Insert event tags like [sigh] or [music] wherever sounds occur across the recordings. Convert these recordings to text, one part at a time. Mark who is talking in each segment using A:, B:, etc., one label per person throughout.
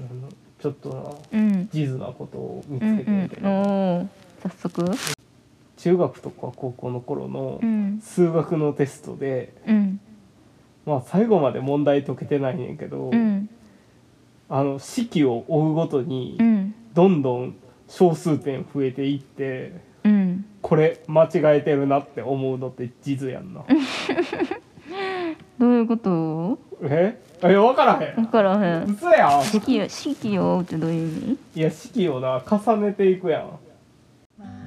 A: なんだちょっとな
B: うん
A: 地図なことを見
B: うん
A: つけてみたいうな、
B: んおお早速
A: 中学とか高校の頃の
B: うん
A: 数学のテストで、
B: うん
A: まあ最後まで問題解けてないねんけど、
B: うん
A: あの式を追うごとに
B: うん
A: どんどん小数点増えていって
B: うん
A: これ間違えてるなって思うのって地図やんな。
B: どういうこと
A: ええ分からへ
B: 分
A: ん
B: からへん
A: 嘘やん
B: 式を式を追うってどういう意味
A: いや式をな重ねていくやん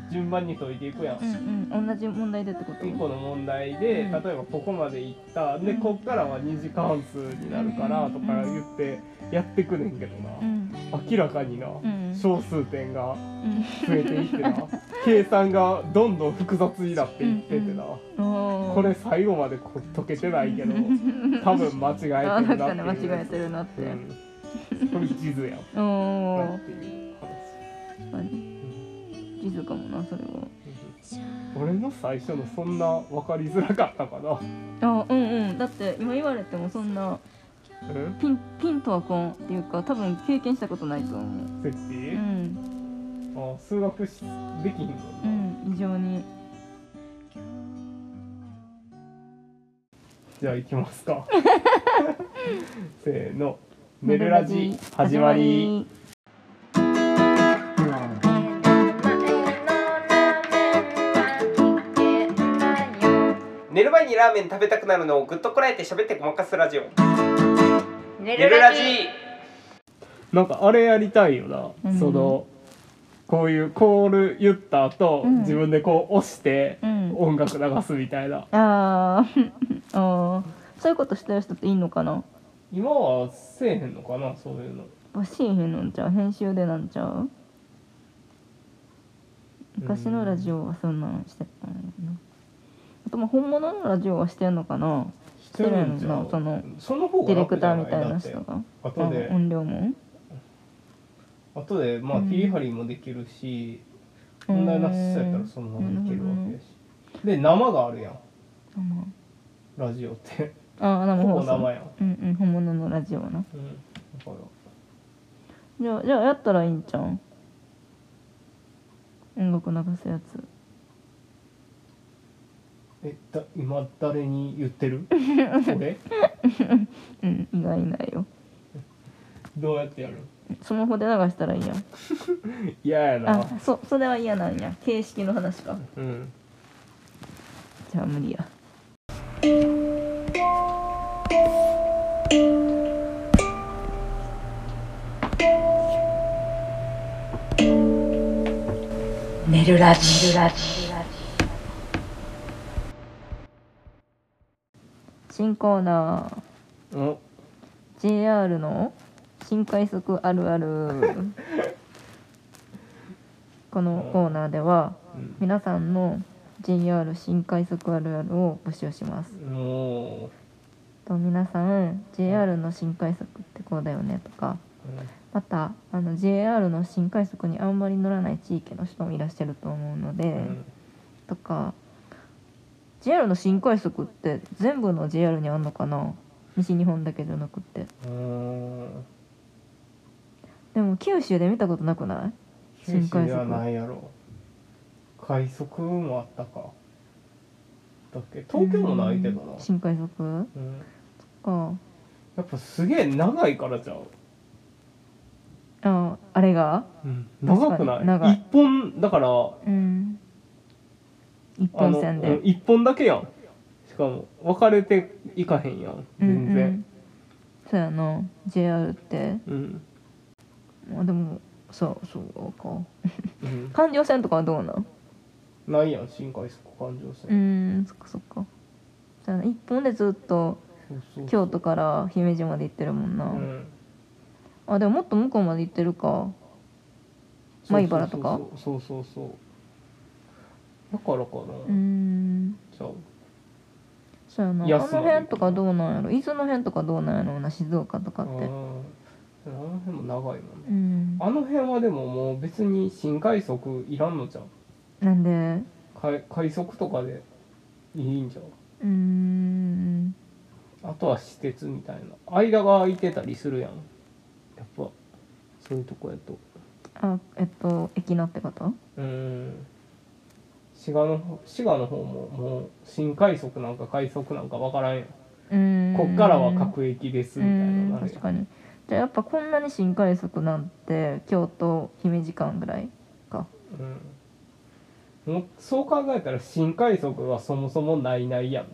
A: 順番に解いていくやん、
B: うんうん同じ問題でってこと
A: 1個の問題で例え
B: うん
A: ばここまでいったでこっからは二次関数になるからとか言ってやってくねんけどな
B: うん
A: 明らかにな
B: うん
A: 小数点が
B: うん
A: 増えてい
B: [laughs]
A: ってな計算がどんどん複雑になっていっててなこ
B: こ
A: れ最後までこ解けてないけど多分間違えてるな
B: あ
A: ってい
B: 確
A: う
B: かに間違えてるなって、
A: うんこれ地図やん
B: お
A: な
B: お
A: っていう話。
B: 確かに地図かもなそれは
A: 俺の最初のそんな分かりづらかったかな。
B: あうんうんだって今言われてもそんな
A: うん、
B: ピンピンとはこんっていうか多分経験したことないと思う
A: セッティ、
B: うん
A: あ数学しできひんの
B: う
A: な。
B: ん異常に
A: じゃあ行きますか。 [laughs] せーの。メルラジ始まり。
C: 寝る前にラーメン食べたくなるのをぐっとこらえて喋ってごまかすラジオ
B: 寝
C: 寝るラジ
A: なんかあれやりたいよな。
B: うん
A: そのこういうコール言った後、
B: うん
A: 自分でこう押して
B: うん
A: 音楽流すみたいな。
B: あー [laughs] あーそういうことしてる人っていいのかな
A: 今はせえへんのかなそういうの。
B: バシーへんのんちゃう編集でなんちゃう昔のラジオはそんなんしてたんやなあとまあ本物のラジオはしてんのかな
A: してるんじゃ
B: してるんや
A: ん
B: なその
A: その方
B: デ
A: が
B: ィレク
A: 楽じ
B: タ
A: ゃ
B: ー
A: な
B: みたい
A: だ
B: な
A: って
B: 人が
A: 後で
B: あ音量も
A: 後でまあ
B: うん
A: 切り張りもできるし、
B: うん
A: 問題なしさやったらそのままいけるわけやし、で生があるやんラジオって
B: ああ生
A: ほ
B: 放
A: ぼ
B: 送
A: 生やん、
B: うんうん本物のラジオな
A: うん、だから
B: じゃあじゃあやったらいいんちゃう音楽流すやつ
A: えだ今誰に言って [laughs] る俺
B: うん意外ないよ
A: どうやってやる
B: スマホで流したらいいやん
A: 嫌やな
B: あそそれは嫌なんや形式の話か
A: うん
B: じゃあ無理や
D: 寝るラジ
B: 新コーナー
A: お
B: JR の新快速あるあるこのコーナーでは
A: うん
B: 皆さんの JR 新快速あるあるを募集します
A: も
B: と皆さん JR の新快速ってこうだよねとか
A: う、うん
B: またあの JR の新快速にあんまり乗らない地域の人もいらっしゃると思うの
A: う
B: で、
A: ん
B: とか JR の新快速って全部の JR にあんのかな西日本だけじゃなくて
A: うん
B: でも九州で見たことなくない
A: 九
B: 新
A: 州
B: 快
A: では
B: 速
A: ないやろ快速もあったかだっけ東京もないけどな
B: うん新快速
A: うん
B: か
A: やっぱすげえ長いからちゃう、
B: ああれが
A: 長くな
B: 確か
A: い
B: に長い
A: 一本だから
B: うん一
A: あ
B: 本
A: の
B: 線
A: うん
B: で
A: 一本だけやんしかも分かれていかへんやん全
B: うんうん
A: 然、
B: そうやな JR って
A: うん
B: まあでもそうそうか
A: うん
B: 環状線とかはどうなん
A: ないやん新快速環状
B: う
A: 線、
B: んそっかそっかそうやな一本でずっと
A: そうそう
B: 京都から姫路まで行ってるもんな、
A: うん
B: あでももっと向こうまで行ってるか米原とか
A: そうそうそうそうだからかな、
B: うーん
A: ちゃう
B: そうやなあ
A: 安い
B: の辺とかどうなんやろ伊豆の辺とかどうなんやろうな静岡とか
A: あ
B: って
A: ーあの辺も長いもんね
B: うん
A: あの辺はでももう別に新快速いらんのじゃん
B: なんで
A: 快快速とかでいいんじゃん
B: うーん
A: あとは私鉄みたいな間が空いてたりするやんやっぱそういうとこやと
B: あえっと駅のってこと
A: うん滋賀の方滋賀の方ももう新快速なんか快速なんかわからんやん
B: うーん
A: こっからは各駅です
B: う
A: みたいな
B: ー
A: の
B: ん
A: がある
B: 確
A: やん
B: かにじゃあやっぱこんなに新快速なんて京都姫路間ぐらい
A: うんもうそう考えたら新快速はそもそもないないやん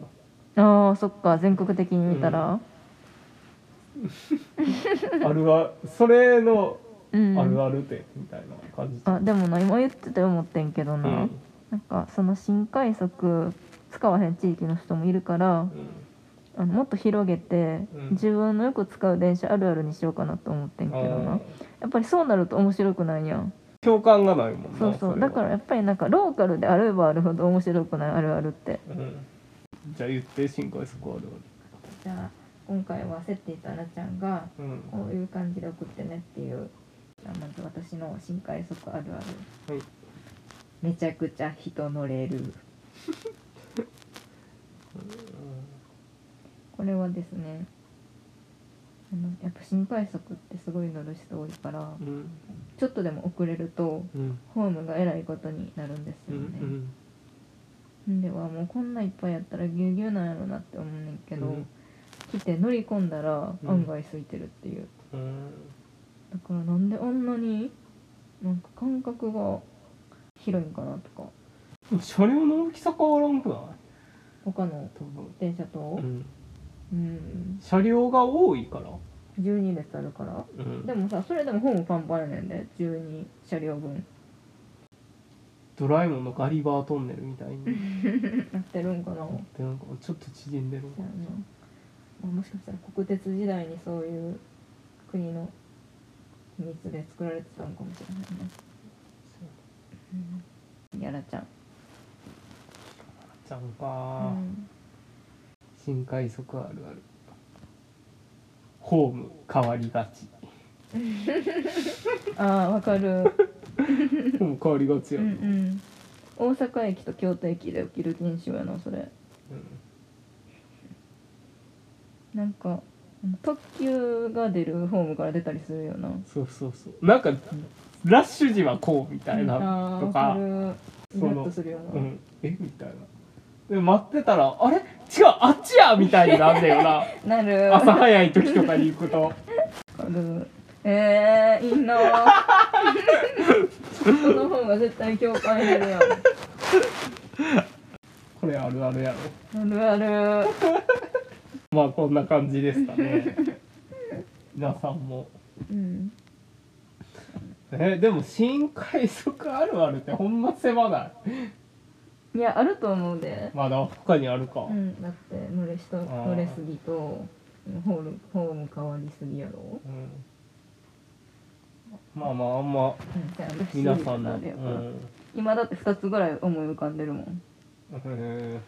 A: な
B: ああそっか全国的に見たら、
A: あるあそれの
B: うん
A: あるあるでみたいな感じ
B: あでもな今言ってて思ってんけど
A: う
B: な、
A: ん
B: なんかその新快速使わへん地域の人もいるからあのもっと広げて、
A: うん
B: 自分のよく使う電車あるあるにしようかなと思ってんけ
A: う
B: ど
A: ん
B: なやっぱりそうなると面白くないやん
A: 共感がないもんな
B: そうそう
A: れは
B: だからやっぱりなんかローカルであればあるほど面白くないあるあるって
A: うんじゃあ言って新快速ある
B: じゃあ今回はセッティとアナちゃんが
A: あるうん
B: こういう感じで送ってねっていうじゃあまず私の新快速あるある、
A: はい
B: めちゃくちゃ人乗れる
A: [laughs]
B: これはですねあのやっぱ新快速ってすごい乗る人多いから
A: うん
B: ちょっとでも遅れると
A: うん
B: ホームがえらいことになるんです
A: うんう
B: よね、
A: ん
B: ではもうこんないっぱいやったらぎゅうぎゅうなんやろなって思うねんけど、
A: うん
B: 来て乗り込んだら
A: うん
B: 案外空いてるっていう、
A: うん
B: だからなんであんなになんか感覚が広いんかなとか
A: 車両の大きさ変わらんくない
B: 他の
A: 多分
B: 電車と
A: うん
B: うん、
A: 車両が多いから
B: 12列あるから
A: うん
B: でもさそれでもホームパンパンやねんで12車両分
A: ドラえもんのガリバートンネルみたいに
B: なってるんかな
A: でなんかちょっと縮んでる
B: じゃあな、まあ、もしかしたら国鉄時代にそういう国の秘密で作られてたのかもしれないね。うんやらちゃん。
A: ちゃんか、
B: うん
A: 新快速あるあるホーム変わりがち
B: ああわかる。
A: ホーム変わりがち
B: う
A: や
B: んう
A: な、
B: ん。大阪駅と京都駅で起きる現象やなそれ。なんか特急が出るホームから出たりするよな。
A: そうそうそうなんかラッシュ時はこうみたい
B: あ
A: な
B: あ
A: と
B: わか
A: か、
B: る。イ
A: そ
B: ラ
A: の
B: ッとするよ
A: う
B: な。
A: ん、えみたいなで待ってたらあれ違うあっちやみたいになんだよ
B: [laughs]
A: な
B: なる。わ
A: 朝早い時とかに行くと
B: かる。えー、いい
A: [laughs]
B: なー。その方が絶対共感するやん。
A: これあるあるやろ
B: あるある。
A: まあこんな感じですか
B: [laughs]
A: ね皆さんも
B: うん。
A: えでも新快速あるあるってほんま狭ない
B: いや、あると思うで。
A: まだ他にあるか、
B: うん、だって、乗れしと、乗れすぎと、ホーム、ホーム変わりすぎやろ。
A: うんまあまああんま
B: うん、じゃあ
A: 皆さんの、う
B: あれやから
A: ん
B: 今だって二つぐらい思い浮かんでるもん。
A: え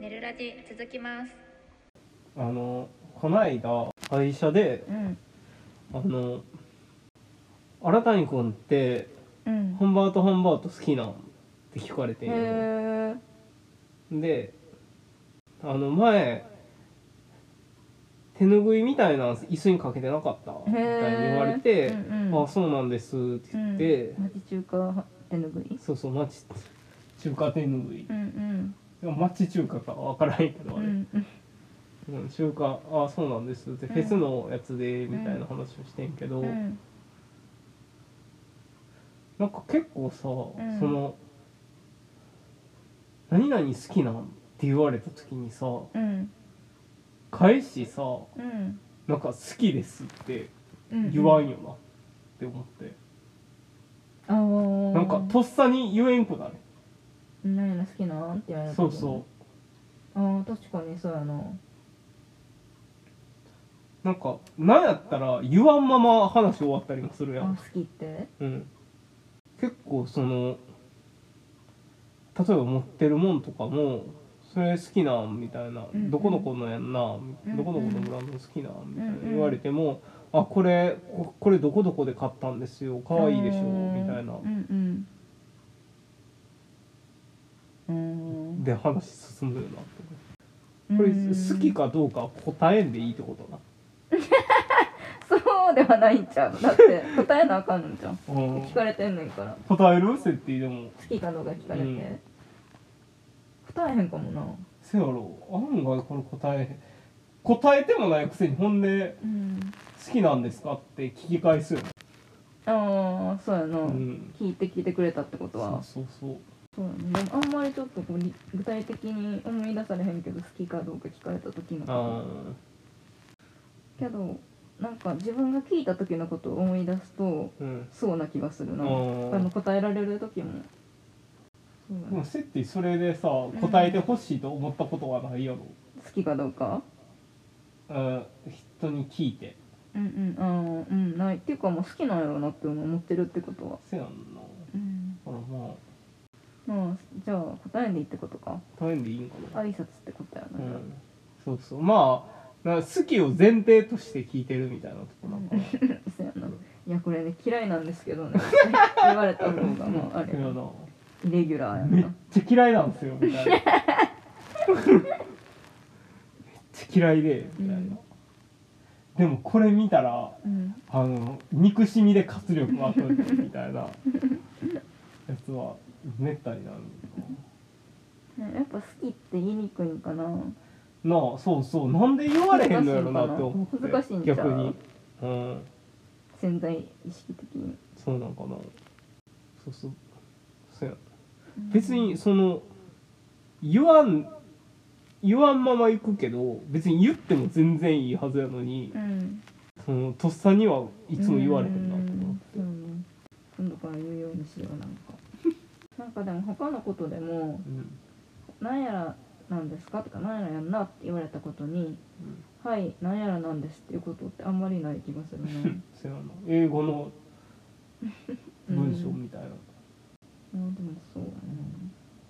E: 寝るラジ続きます。
A: ーあのこないだ会社で
B: うん。
A: あの新谷君って
B: うん。
A: ハンバートハンバート好きなんって聞かれてん
B: へ
A: よ
B: え。
A: であの前手ぬぐいみたいな椅子にかけてなかったみたいに言われて
B: へ
A: 「
B: ーうんうん
A: あそうなんです」って言って、
B: うん、町中華手ぬぐい。
A: そうそう町中華手ぬぐい
B: うんうん。
A: でも町中華か分からへんけどあ
B: う
A: れ、
B: んうん。
A: うん中華あそうなんですって、
B: うん
A: フェスのやつでみたいな話をしてんけど、
B: うん。
A: なんか結構さ、
B: ん
A: その「何々好きなん?」って言われた時にさ
B: うん。
A: 返しさ
B: うん。
A: なんか「好きです」って
B: うん。
A: 言わんよなって思って、
B: あー
A: なんかとっさに言えんくなる、
B: 何やな好きなんって言われる
A: そうそう
B: ああ確かにそうやな
A: うなんかなんやったら言わんまま話終わったりもするや
B: あ
A: ん
B: 好きって
A: うん、結構その例えば持ってるもんとかも「それ好きなん」みたいな「
B: うんうん
A: どこどこのやんな」
B: うん
A: どこどこのブランド好きなん」みたいな
B: うんうん
A: 言われても「あこれここれどこどこで買ったんですよ可愛いでしょ」みたいな
B: うんうんうーん
A: で話進むよなって
B: うん
A: これ好きかどうかは答えんでいいってことな
B: そうではないんちゃうだって答えなあかんのじゃん
A: うん
B: 聞かれてんねんから
A: 答える設定でも
B: 好きかどうか聞かれて、
A: うん
B: 答えへんかもな
A: せやろ案外これ答え答えてもないくせにほんで
B: うん
A: 好きなんですかって聞き返すよね
B: ああそうやな、
A: うん
B: 聞いて聞いてくれたってこと
A: そ
B: は
A: うそうそう
B: そうやなでもあんまりちょっとこうり具体的に思い出されへんけど好きかどうか聞かれた時の
A: あ
B: けどなんか自分が聞いた時のことを思い出すと
A: ーうん
B: そうな気がするな
A: あ
B: あ
A: ー
B: の答えられる時もそう
A: で
B: やな
A: も設定それでさ答えてほしいと思ったことはないやろ、
B: 好きかどうか
A: うん、人に聞いて
B: うんうんあーうんないっていうかもう好きなんやろうなって思ってるってことは
A: せやんな
B: うん
A: ほらまあ
B: まあじゃあ答えでいいってことか
A: 答えんでいいんかな
B: 挨拶ってことやな、
A: うんそうそうまあなんか好きを前提として聞いてるみたいなとこなんかな
B: [laughs] そうやないやこれね嫌いなんですけど
A: [laughs]
B: ね言われた方がまああれ
A: せやな
B: イレギュラー
A: めっ
B: やな
A: ちゃ嫌いなんですよみたいなめっちゃ嫌いでみたいな、
B: うん
A: でもこれ見たら
B: うん
A: あの憎しみで活力があるみたいなやつはめったになる
B: ねやっぱ好きって言いにくいんかな
A: なあそうそうなんで言われへんのやろなって思って
B: 難しいんちゃう
A: 逆にうん
B: 潜在意識的に、
A: そうなんかなそうそうそうや
B: うん
A: 別にその言わん言わんまま行くけど別に言っても全然いいはずやのに
B: うん
A: そのとっさにはいつも言われへんなって思って
B: うんそうね今度から言うようにしようなんか [laughs] なんかでも他のことでも
A: うん
B: なんやらなんですかとかなんやらやんなって言われたことに、はいなんやらなんですっていうことってあんまりない気がするな
A: せやな英語の
B: うん
A: 文章みた [laughs] いな
B: うんでもそうだね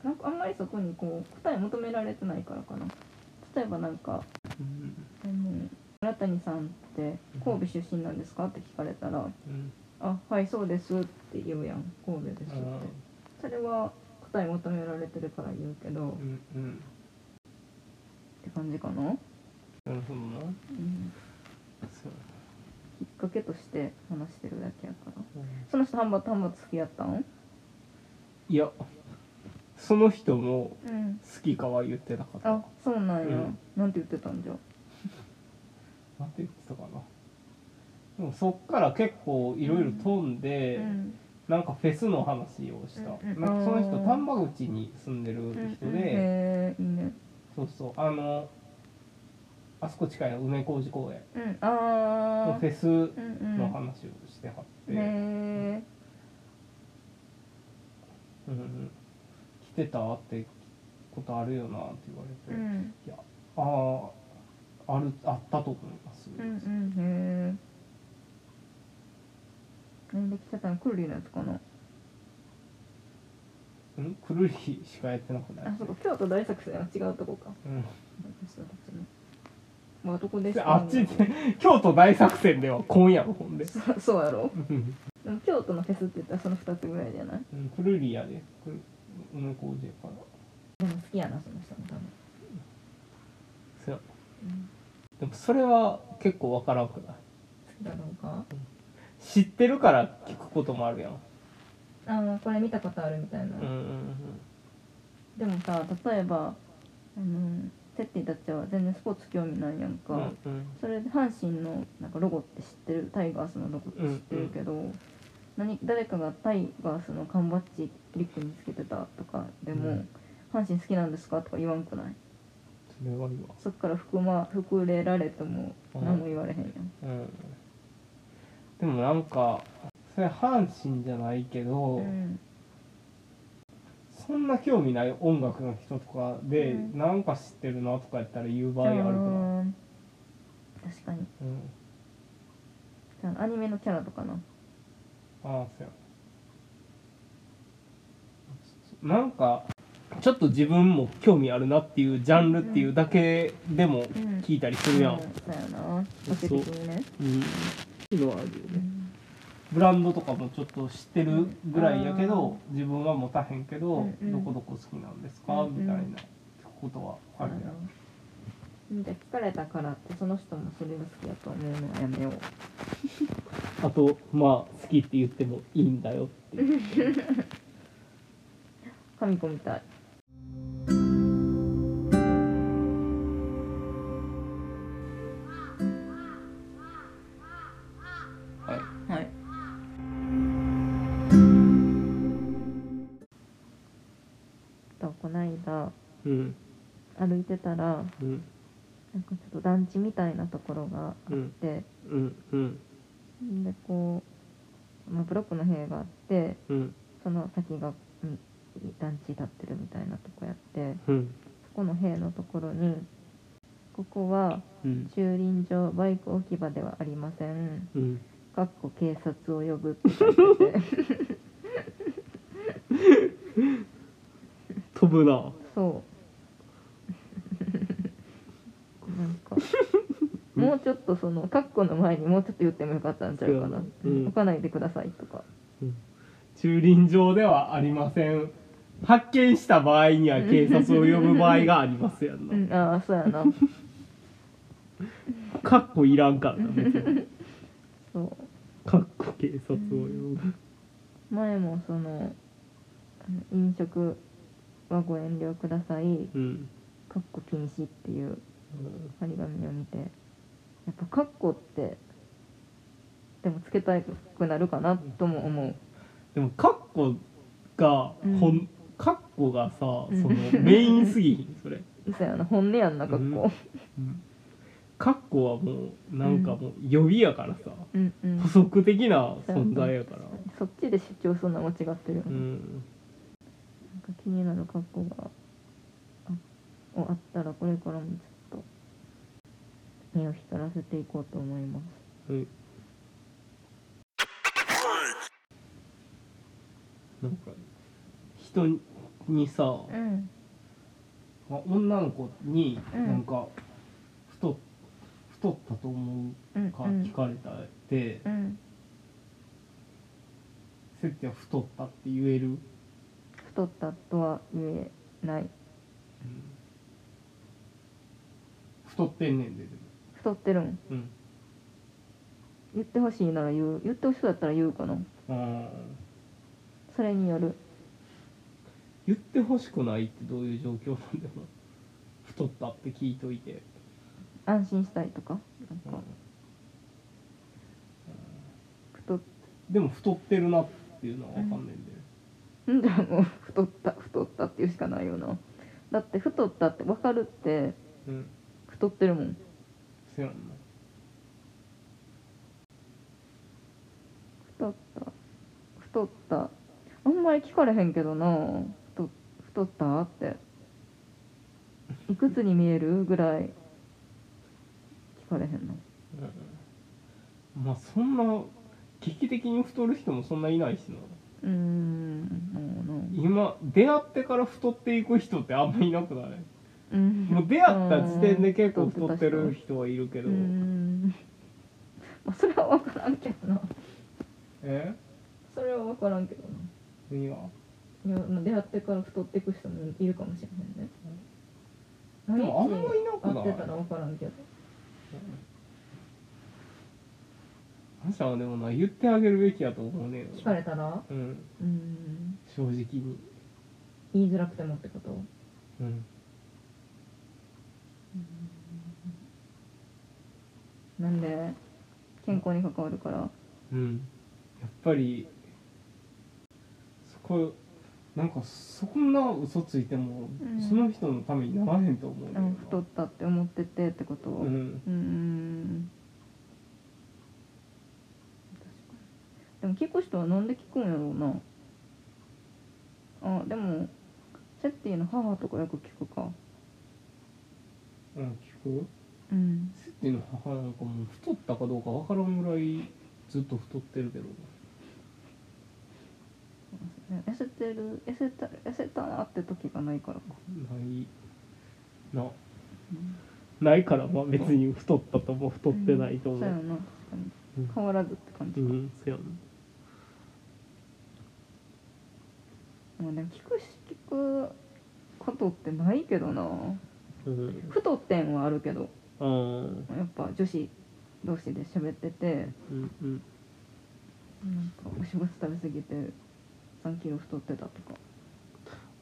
B: なんかあんまりそこにこう答え求められてないからかな例えばなんか
A: うん
B: 「あの村谷さんって神戸出身なんですか?」って聞かれたら
A: うん
B: 「あはいそうです」って言うやん「神戸です」ってそれは答え求められてるから言うけどっ
A: うんうん
B: て感じかな、
A: なるほどな
B: うん、
A: そう
B: きっかけとして話してるだけやから
A: やな
B: その人半ば半ば付き合ったん
A: いやその人も
B: うん
A: 好きかは言ってなかった
B: あそうなんや、
A: うん
B: なんて言ってたんじゃ
A: なんて言ってたかなでもそっから結構いろいろ飛んで、
B: うん
A: なんかフェスの話をした、
B: うんうん
A: なんかその
B: あ
A: 人
B: ー
A: 丹波口に住んでる人で、
B: へえいいね
A: そうそうあのあそこ近いの梅小路公園
B: うん
A: の
B: あ
A: フ
B: ー
A: ェス
B: うん
A: の話をしてはって、
B: うんへえ
A: うんうん来てたってことあるよなって言わ
B: う
A: れて、
B: ん
A: あああるあったと思います、
B: うんうんへえなんで来てたのクーリーのやつかな
A: うんくるりしかやってなくない
B: あそうか京都大作戦は違うとこか
A: うん
B: そうですねまあどこでした
A: あっちで京都大作戦では今夜の本で
B: そ [laughs] そうやろ
A: うん
B: でも京都のフェスって言ったらその2つぐらいじゃない
A: うんくるりやでくる梅小路やから
B: でも好きやなその人も多分
A: そう
B: うん
A: でもそれは結構わからんくない
B: 好きだろうか
A: 知ってるから聞くこともあるやん
B: あのこれ見たことあるみたいな、
A: うんうん
B: でもさ例えばあのテッティたちは全然スポーツ興味ないやんか、
A: うんうんうん
B: それで阪神のなんかロゴって知ってるタイガースのロゴって知ってるけど、何誰かがタイガースの缶バッジリュックにつけてたとかでも、
A: うん
B: 阪神好きなんですかとか言わんくない
A: それはいいわ
B: そっから含ま含れられても
A: うん
B: 何も言われへんやん、
A: うんでもなんかそれ阪神じゃないけど、
B: うん
A: そんな興味ない音楽の人とかで、
B: うん
A: なんか知ってるなとかやったら言う場合あるかな、
B: うん確かに
A: うん、
B: じゃあアニメのキャラとかな
A: ああそうやなんかちょっと自分も興味あるなっていうジャンルっていうだけでも聞いたりするやん、
B: うんそうやな個性的にね
A: うん、のはあるよね。ブランドとかもちょっと知ってるぐらいやけど自分は持たへんけど、
B: うんうん
A: どこどこ好きなんですか、
B: うんうん
A: みたいなことは書いてある、
B: うんじゃあ聞かれたからってその人もそれが好きだと思うのはやめよう
A: あとまあ好きって言ってもいいんだよっていう
B: 神子みたい
A: はい
B: はいとこないだ
A: うん
B: 歩いてたら
A: うん
B: なんかちょっと団地みたいなところがあって、
A: うんうん
B: でこう、まあ、ブロックの部屋があって
A: うん
B: その先がうん団地立ってるみたいなとこやって
A: うん
B: そこの塀のところに「ここは
A: うん
B: 駐輪場バイク置き場ではありません」
A: うん
B: 「かっこ警察を呼ぶ」って書いてて
A: 飛ぶな
B: そうなんか [laughs] もうちょっとその「かっこ」の前にもうちょっと言ってもよかったんちゃうかな「
A: うん
B: 置かないでください」とか
A: 駐輪場ではありません発見した場合には警察を呼ぶ場合がありますやん
B: う
A: な、
B: ん、ああそうやな
A: かっこいらんからな別に
B: そう
A: かっこ警察を呼ぶ
B: 前もそのあの飲食はご遠慮ください
A: うん
B: かっこ禁止っていう張り紙を見てやっぱかっこってでもつけたくなるかなとも思う
A: でもかっこが
B: うん
A: ほんかっこがさそ
B: うん
A: のメインすぎひ
B: [laughs]
A: んそれ
B: そうやな本音やんなかっこ
A: かっこはもうなんかもう予備やからさ
B: うんうん
A: 補足的な存在やから
B: そっちで主張するのは間違ってるよね、
A: うん
B: なんか気になる格好があをあったらこれからもちょっと目を光らせていこうと思います
A: はいなんか人にさ、
B: うん
A: まあ女の子に
B: うん
A: なんか太っ太ったと思
B: うん
A: うか聞かれたって、
B: うん
A: せっちゃん太ったって言える、
B: 太ったとは言えない
A: 太ってんねんででも
B: 太ってるん
A: うん
B: 言ってほしいなら言う言ってほしそうだったら言うかな
A: あー
B: それによる
A: 言ってほしくないってどういう状況なんだろう太ったって聞いといて、
B: 安心したいとか
A: う
B: なんんか太っ [laughs]
A: でも太ってるなっていうのは分かんねんで、
B: んじゃあもう太った太ったって言うしかないよなだって太ったって分かるって
A: うん、
B: 太ってるもん
A: せやんな
B: 太った太ったあんまり聞かれへんけどな太太ったっていくつに見えるぐらい聞かれへんな
A: まあそんな劇的に太る人もそんないないしな
B: うーんもうな
A: 今出会ってから太っていく人ってあんまいなくない
B: うん
A: もう出会った時点で結構太ってる人はいるけ
B: け
A: ど、
B: んまあそれは分からんけどな
A: え
B: それは分からんけどな
A: 何が
B: いやまあ出会ってから太っていく人もいるかもしれへんね
A: でもあんま
B: 毎日
A: いなくな
B: 会ってた
A: い
B: ら分からんけど
A: マシャはでもな言ってあげるべきやと思うねん
B: 聞かれたら
A: うん
B: うーん
A: 正直に
B: 言いづらくてもってこと
A: うん
B: なんで健康に関わるから
A: うんやっぱりそこなんかそんな嘘ついても、
B: うん
A: その人のためにならへんと思うねん
B: あ
A: な
B: 太ったって思っててってこと
A: う
B: う
A: ん
B: んーん確かにでも聞く人はなんで聞くんやろうなあでもチェッティの母とかよく聞くか
A: うん聞く
B: うん
A: セッティの母なんかもう太ったかどうかわからんぐらいずっと太ってるけど
B: ね痩せてる痩せた痩せたなって時がないからか
A: ないな、ないからまあ別に太ったとも太ってないと
B: そうや
A: 思
B: な
A: う
B: 確かに
A: うん
B: 変わらずって感じ
A: うんそうやな
B: まあでも聞くし聞くことってないけどな
A: うん
B: 太ってんはあるけど
A: うん
B: やっぱ女子同士で喋ってて
A: うんうん
B: なんかお正月食べ過ぎて3キロ太ってたとか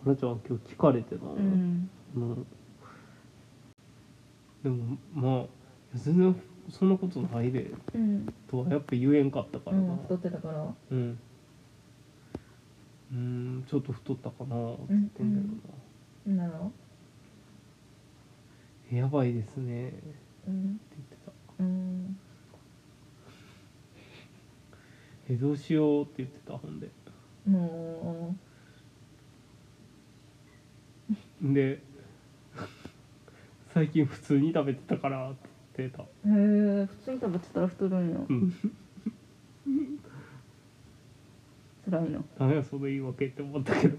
A: あらちゃん今日疲れてな、
B: うん
A: うんでもまあ全然そんなことないで
B: うん、
A: とはやっぱ言えんかったからな
B: 太ってたから
A: うんうんちょっと太ったかなって言ってんだけどな、
B: なんだろ
A: やばいですねって
B: ううん
A: 言ってた
B: うん
A: えどうしようって言ってたほんで
B: も
A: で最近普通に食べてたからって言ってた
B: うへえ普通に食べてたら太るんや
A: うん
B: 辛いな
A: 何やその言い訳って思ったけど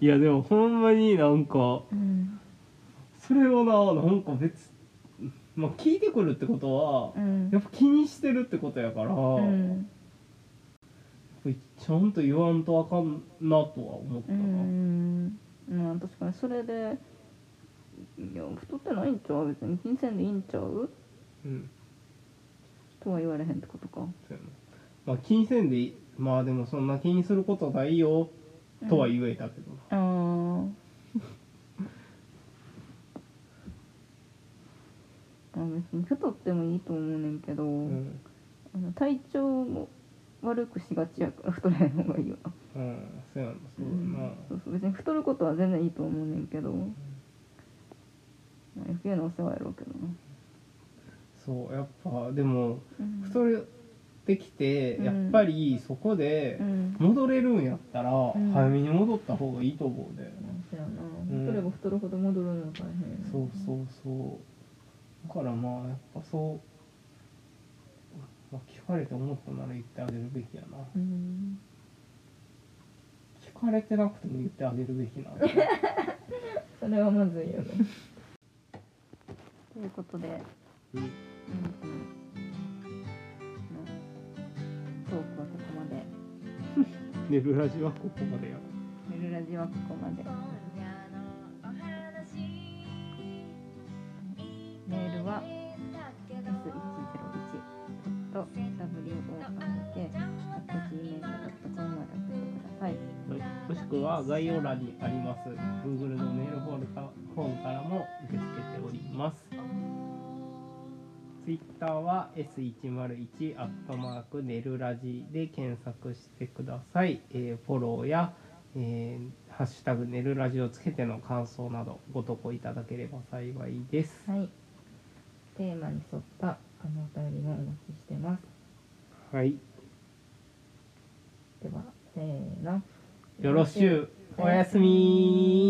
A: いやでもほんまになんか
B: うん
A: それをななんか別まあ聞いてくるってことは
B: う、ん
A: やっぱ気にしてるってことやから、
B: うん
A: ちゃんと言わんとあかんなとは思った
B: う
A: な、
B: んまあ確かにそれでいや太ってないんちゃう別に金銭でいいんちゃう
A: うん
B: とは言われへんってことか
A: そうやなまあ気にせんでいいまあでもそんな気にすることないよとは言えたけどな、
B: あーあ別に太ってもいいと思うねんけど、
A: うん
B: あの体調も悪くしがちやから太らへん方がいいよな
A: うんそうやなそううだな、
B: んそうそう別に太ることは全然いいと思うねんけど、まあ余計なお世話やろうけどな、
A: そうやっぱでも
B: うん、
A: 太ってきて
B: うん
A: やっぱりそこで
B: うん
A: 戻れるんやったら
B: ん
A: 早めに戻った方がいいと思うね、
B: そうや
A: う
B: なん太れば太るほど戻るのが大変
A: そうそうそうだからまあやっぱそう、まあ、聞かれて思ったなら言ってあげるべきやな
B: うん
A: 聞かれてなくても言ってあげるべきな
B: [laughs] それはまずいよね [laughs] ということで
A: うん
B: トークはここまで
A: 寝るラジはここまでや
B: ゆるラジはここまでメールは s101.wok.gmail.com まで送ってください
A: はい、もしくは概要欄にあります Google のメールフォームからフォームからも受け付けております Twitter は S101 アットマークネルラジで検索してください、えーフォローや、えーハッシュタグネルラジをつけての感想などご投稿いただければ幸いです
B: はいテーマに沿ったあのお便りもお待ちしてます
A: はい
B: ではせーの
A: よろしゅうおやすみ